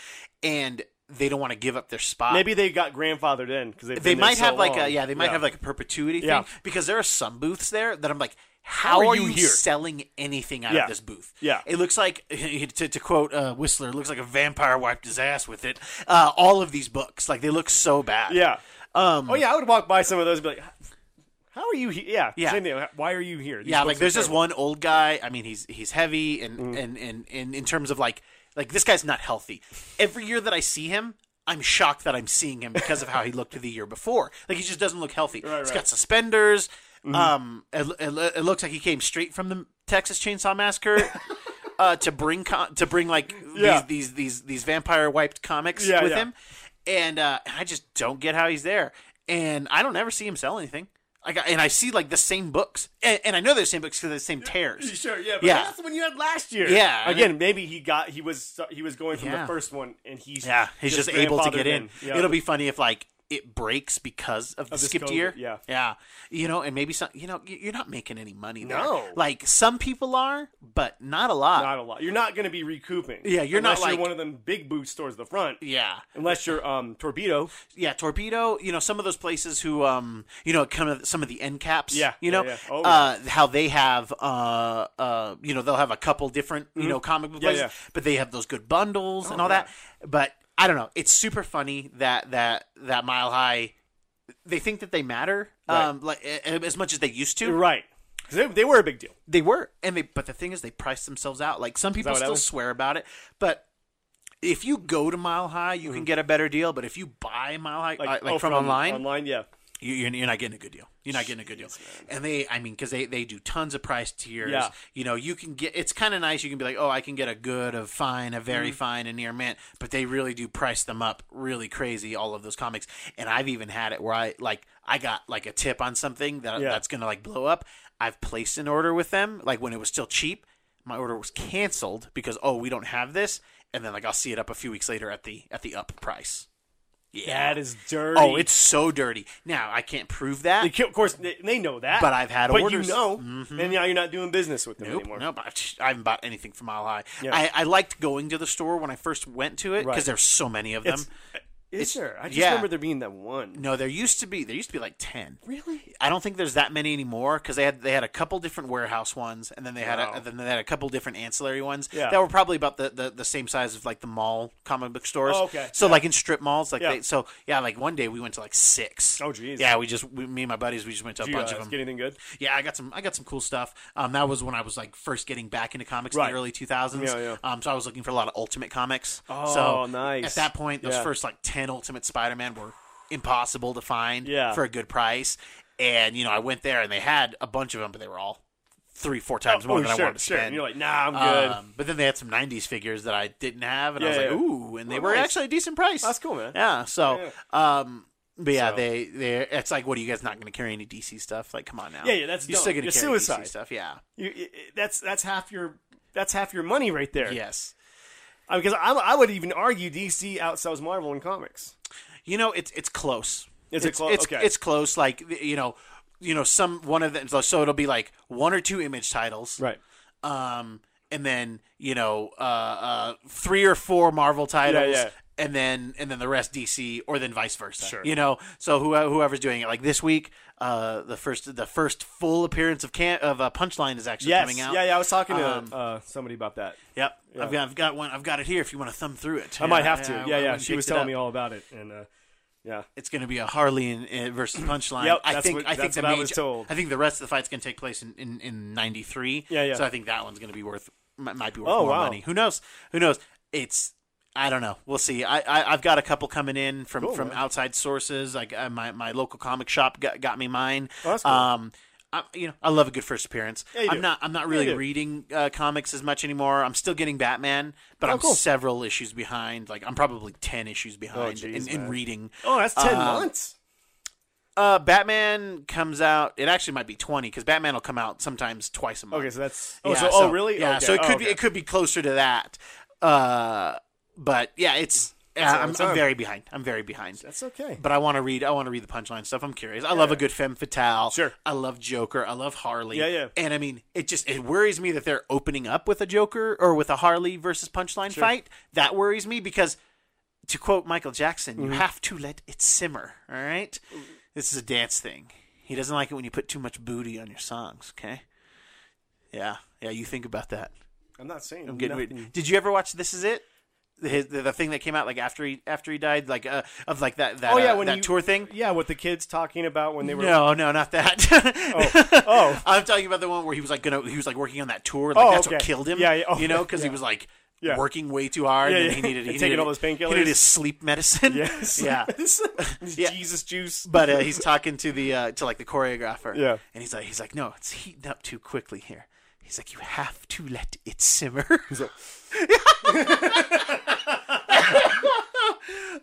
A: and they don't want to give up their spot.
B: Maybe they got grandfathered in because
A: they might have like a yeah, they might have like a perpetuity
B: Yeah.
A: thing because there are some booths there that I'm like. How,
B: are
A: are
B: you
A: you,
B: here?
A: selling anything out
B: Yeah.
A: of this booth?
B: Yeah.
A: it looks like to, to quote uh, Whistler, it looks like a vampire wiped his ass with it. Uh, all of these books, like they look so bad.
B: yeah.
A: Um,
B: Oh yeah, I would walk by some of those and be like, "How are you here?" Yeah,
A: Yeah.
B: Same thing. Why are you here? These
A: yeah,
B: books
A: like
B: are
A: there's this
B: terrible. Mm.
A: one old guy. I mean, he's he's heavy and and, and and in terms of like like this guy's not healthy. Every year that I see him, I'm shocked that I'm seeing him because of how he looked the year before. Like he just doesn't look healthy.
B: Right, Mm-hmm.
A: He's
B: right.
A: got suspenders. Um, it, it, lo- it looks like he came straight from the Texas Chainsaw Massacre. Uh, to bring con- to bring like
B: Yeah.
A: these, these these these vampire wiped comics
B: Yeah,
A: with
B: yeah.
A: him, and uh, I just don't get how he's there. And I don't ever see him sell anything. Like, I- and I see like the same books, and, and I know they're the same books because they're the same tears.
B: Sure, yeah, but
A: Yeah.
B: that's the one you had last year.
A: Yeah, and
B: Again, maybe he got he was he was going from
A: Yeah.
B: the first one, and he's
A: Yeah, he's just, able to get
B: grandfathered
A: in.
B: Yeah.
A: It'll be funny if like it breaks because of the
B: this
A: skipped
B: COVID,
A: year.
B: yeah.
A: yeah, you know, and maybe some. You know, you- you're not making any money. there.
B: No.
A: like some people are, but not a lot.
B: not a lot. You're not going to be recouping.
A: Yeah, you're not
B: unless you're
A: like-
B: one of them big boot stores at the front.
A: yeah,
B: Unless you're um torpedo.
A: yeah, torpedo. You know, some of those places who, um, you know, kind of some of the end caps.
B: Yeah,
A: you know,
B: yeah, yeah. Oh,
A: uh, how they have, uh, uh, you know, they'll have a couple different, you know, comic book
B: Mm-hmm. Yeah,
A: places,
B: yeah. Oh,
A: but they have those good bundles and all
B: yeah.
A: that. But I don't know. It's super funny that that that Mile High, they think that they matter, um, like a- a- as much as they used to.
B: Right. 'Cause They, they were a big deal.
A: They were, and they. But the thing is, they priced themselves out. Like some people
B: what
A: still
B: happened?
A: swear about it, but. If you go to Mile High, you can get a better deal. But if you buy Mile High, uh, like, like
B: Mm-hmm. oh,
A: from, online,
B: Online, yeah.
A: you- you're, you're not getting a good deal. You're not getting a good deal. And they, I mean, because they, they do tons of price tiers.
B: Yeah.
A: You know, you can get, it's kind of nice. You can be like, oh, I can get a good, a fine, a
B: Mm.
A: very fine, a near mint. But they really do price them up really crazy, all of those comics. And I've even had it where I, like, I got like a tip on something that
B: Yeah.
A: that's going to like blow up. I've placed an order with them, like when it was still cheap. My order was canceled because, oh, we don't have this. And then like I'll see it up a few weeks later at the at the up price. Yeah.
B: That is dirty.
A: Oh, it's so dirty. Now I can't prove that.
B: They kill- of course they, they know that.
A: But I've had
B: but
A: orders. Mm-hmm.
B: you know, and now you're not doing business with them
A: nope,
B: anymore.
A: nope. I, I haven't bought anything from Mile High.
B: Yeah.
A: I, I liked going to the store when I first went to it because
B: Right.
A: there's so many of them.
B: It's- Is there? I just
A: yeah.
B: remember there being that one.
A: no, there used to be. There used to be like ten.
B: Really?
A: I don't think there's that many anymore because they had they had a couple different warehouse ones, and then they had
B: Wow.
A: a, then they had a couple different ancillary ones
B: Oh. Yeah.
A: that were probably about the, the, the same size of like the mall comic book stores.
B: Oh, okay.
A: So like in strip malls, like
B: Yeah.
A: they, so yeah, like one day we went to like six.
B: Oh, geez.
A: Yeah, we just we, me and my buddies we just went to a
B: Did you
A: bunch
B: uh,
A: of them.
B: get anything good?
A: Yeah, I got some. I got some cool stuff. Um, that was when I was like first getting back into comics in
B: Right.
A: the early two thousands.
B: Yeah, yeah.
A: Um, so I was looking for a lot of Ultimate comics.
B: Oh,
A: so
B: nice.
A: At that point, those
B: Yeah.
A: first like ten Ultimate Spider Man were impossible to find
B: Yeah.
A: for a good price. And you know, I went there and they had a bunch of them, but they were all three, four times more
B: oh,
A: than
B: sure,
A: I wanted to
B: sure.
A: spend.
B: And you're like, nah, I'm good.
A: Um, but then they had some '90s figures that I didn't have, and I was
B: Yeah,
A: like,
B: yeah.
A: "Ooh!" And they
B: Oh,
A: were
B: nice.
A: actually a decent price.
B: That's cool, man.
A: Yeah. So,
B: Yeah,
A: um, but yeah,
B: So-
A: they they it's like, what are you guys not going to carry any DC stuff? Like, come on now.
B: Yeah, yeah, that's
A: you're
B: dumb.
A: still going to
B: It's
A: carry DC
B: suicide.
A: stuff. Yeah.
B: You, i- i- that's that's half your that's half your money right there.
A: Yes.
B: I mean, because I, I would even argue DC outsells Marvel in comics.
A: You know, it's it's close.
B: Is it
A: it's,
B: clo-
A: It's,
B: okay.
A: it's close. Like you know, you know, some one of them. So it'll be like one or two image titles,
B: Right.
A: um, and then you know uh, uh, three or four Marvel titles,
B: yeah.
A: and then and then the rest DC, or then vice versa.
B: Sure.
A: You know, so who, whoever's doing it, like this week, uh, the first the first full appearance of can of uh, Punchline is actually
B: Yes.
A: coming out.
B: Yeah, yeah. I was talking to
A: Um,
B: uh, somebody about that.
A: Yep. I've got I've got one. I've got it here. If you want to thumb through it,
B: I might have to. Yeah, yeah.
A: went and
B: She was
A: picked it
B: telling
A: up.
B: me all about it, and uh, yeah,
A: it's going to be a Harley and, and versus Punchline.
B: Yep,
A: I
B: that's
A: think
B: what-
A: I think
B: that's
A: the
B: what I
A: major,
B: was told.
A: I think the rest of the fight's going to take place in in, in '93.
B: Yeah, yeah.
A: So I think that one's going to be worth might, might be worth
B: Oh,
A: more
B: wow.
A: money. Who knows? Who knows? It's I don't know. We'll see. I, I I've got a couple coming in from from
B: man.
A: outside sources. Like uh, my my local comic shop got, got me mine.
B: Oh, that's cool.
A: Um. I, you know, I love a good first appearance.
B: Yeah, you
A: I'm
B: do.
A: not. I'm not really
B: you do.
A: reading uh, comics as much anymore. I'm still getting Batman, but I'm
B: Oh, cool. Oh,
A: several issues behind. Like I'm probably ten issues behind
B: jeez,
A: in, in
B: man.
A: reading.
B: Oh, that's ten
A: Um,
B: months.
A: Uh, Batman comes out. It actually might be twenty because Batman will come out sometimes twice a month.
B: Okay, so that's oh,
A: Yeah,
B: so, oh really?
A: Yeah,
B: Okay.
A: so it
B: Oh,
A: could be
B: okay.
A: it could be closer to that. Uh, but yeah, it's yeah,
B: a long
A: I'm, I'm
B: time.
A: very behind. I'm very behind.
B: That's okay.
A: But I want to read. I want to read the punchline stuff. I'm curious. I love a good femme fatale.
B: Sure.
A: I love Joker. I love Harley.
B: Yeah, yeah.
A: And I mean, it just it worries me that they're opening up with a Joker or with a Harley versus punchline fight. That worries me because, to quote Michael Jackson,
B: Mm-hmm.
A: you have to let it simmer. All right. This is a dance thing. He doesn't like it when you put too much booty on your songs. Okay. Yeah. Yeah. You think about that.
B: I'm not saying
A: I'm getting
B: nothing.
A: weird. Did you ever watch This Is It? His, the, the thing that came out like after he after he died, like uh, of like that that
B: Oh yeah,
A: uh,
B: when
A: that
B: you,
A: tour thing.
B: Yeah, what the kids talking about when they were.
A: No, no, not that.
B: Oh, oh.
A: I'm talking about the one where he was like gonna he was like working on that tour. Like
B: Oh,
A: that's what
B: okay.
A: killed him.
B: Yeah, yeah, oh,
A: you know, because he
B: yeah.
A: was like
B: Yeah.
A: working way too hard.
B: Yeah,
A: and
B: yeah.
A: he needed he
B: And taking
A: needed-
B: all those
A: He
B: painkillers.
A: needed his sleep medicine.
B: Yes.
A: yeah.
B: This- this
A: Yeah.
B: Jesus juice.
A: But uh, he's talking to the uh, to like the choreographer.
B: Yeah.
A: And he's like he's like no, it's heating up too quickly here. He's like you have to let it simmer.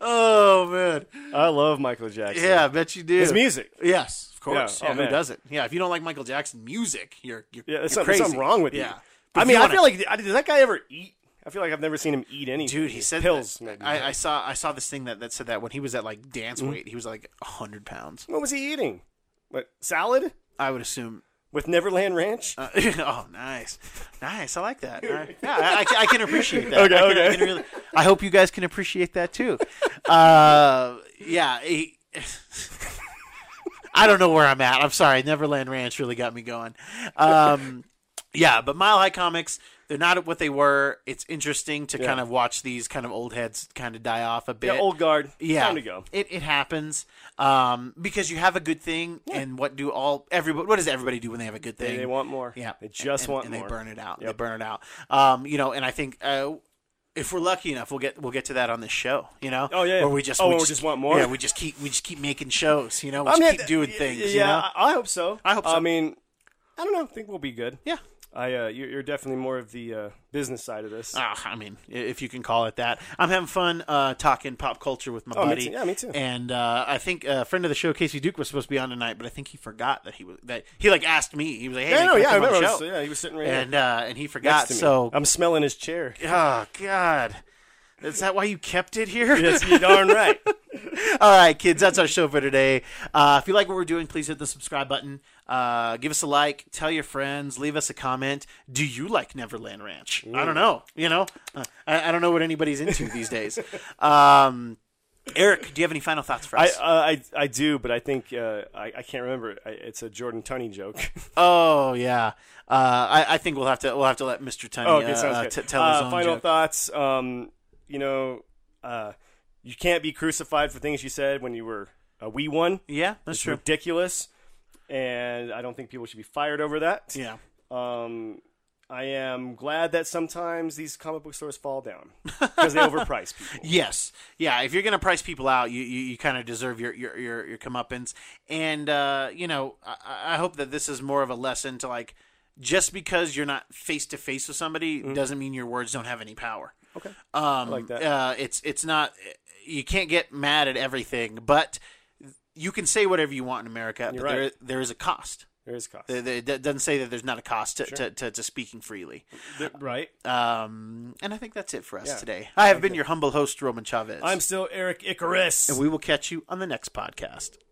A: oh man.
B: I love Michael Jackson.
A: Oh, Yeah, I bet you do.
B: His music.
A: Yes, of course.
B: Yeah. Oh,
A: Yeah, who
B: man.
A: doesn't? Yeah, if you don't like Michael Jackson music, you're you're,
B: Yeah,
A: you're
B: there's, some- there's
A: crazy.
B: something wrong with you.
A: Yeah. But
B: I
A: if
B: mean,
A: you
B: I
A: wanna-
B: feel like I- does that guy ever eat? I feel like I've never seen him eat anything.
A: Dude, he said
B: pills.
A: that-
B: maybe.
A: I, I saw I saw this thing that, that said that when he was at like dance
B: Mm-hmm.
A: weight, he was like hundred pounds.
B: what was he eating? What salad
A: I would assume.
B: with Neverland Ranch?
A: Uh, oh, nice, nice. I like that. Uh, yeah, I, I can- I can appreciate that.
B: Okay,
A: I, can, I,
B: okay.
A: can really, I hope you guys can appreciate that too. Uh, yeah. he- I don't know where I'm at. I'm sorry. Neverland Ranch really got me going. Um, yeah, but Mile High Comics, they're not what they were. It's interesting to kind of watch these kind of old heads kind of die off a bit.
B: yeah, old guard.
A: Yeah,
B: time to go.
A: It it happens um, because you have a good thing, and what do all everybody? What does everybody do when they have a good thing?
B: They want more.
A: yeah,
B: they just
A: and,
B: want
A: and
B: more.
A: they burn it out. They burn it out. Um, you know, and I think. Uh, if we're lucky enough, we'll get we'll get to that on this show, you know.
B: Oh, yeah, yeah.
A: Or we just
B: Oh,
A: we
B: we just want more?
A: Yeah, we just keep we just keep making shows, you know. We
B: I
A: just
B: mean,
A: keep doing
B: y-
A: things, you
B: Yeah,
A: know.
B: I, I hope so.
A: I hope so.
B: I mean, I don't know. I think we'll be good.
A: Yeah.
B: I, uh, you're, you're definitely more of the uh, business side of this.
A: Ah, I mean, i- if you can call it that. I'm having fun uh, talking pop culture with my
B: Oh, me
A: buddy.
B: too. Yeah, me too.
A: And uh, I think a friend of the show, Casey Duke, was supposed to be on tonight, but I think he forgot that he was that he like asked me. He was like, "Hey,
B: yeah,
A: man,
B: no,
A: can
B: yeah, I
A: I come on
B: remember.
A: the
B: I
A: show?"
B: was- yeah, he was sitting right
A: And uh, and he
B: next
A: forgot.
B: to me.
A: So,
B: I'm smelling his chair.
A: oh god, is that why you kept it here?
B: Yes, you're darn right.
A: All right, kids, that's our show for today. Uh, if you like what we're doing, please hit the subscribe button. Uh, give us a like. Tell your friends. Leave us a comment. Do you like Neverland Ranch? I don't know. You know, Uh, I, I don't know what anybody's into these days. Um, Eric, do you have any final thoughts for
B: I, uh,
A: us?
B: I I do, but I think uh, I, I can't remember. it. I, it's a Jordan Tunney joke.
A: oh yeah, uh, I, I think we'll have to we'll have to let Mr. Tunney
B: okay,
A: uh,
B: sounds
A: uh,
B: good.
A: t- tell
B: uh,
A: his own
B: final
A: joke.
B: thoughts. Um, you know, uh, you can't be crucified for things you said when you were a wee one.
A: yeah, that's
B: It's
A: true.
B: ridiculous, and I don't think people should be fired over that.
A: Yeah.
B: Um, I am glad that sometimes these comic book stores fall down because they overprice people.
A: Yes, yeah. If you're going to price people out, you you, you kind of deserve your your your, your comeuppance. And uh, you know, I, I hope that this is more of a lesson to like, just because you're not face to face with somebody doesn't mean your words don't have any power. Okay, um,
B: Mm-hmm. like that.
A: Uh, it's it's not you can't get mad at everything, but you can say whatever you want in America. but there
B: right.
A: there is a cost.
B: There is cost,
A: There- there- It doesn't say that there's not a cost to, to, to, to speaking freely.
B: right?
A: Um, and I think that's it for us
B: Yeah.
A: today. I have been your humble host, Roman Chavez.
B: I'm still Eric Icarus.
A: And we will catch you on the next podcast.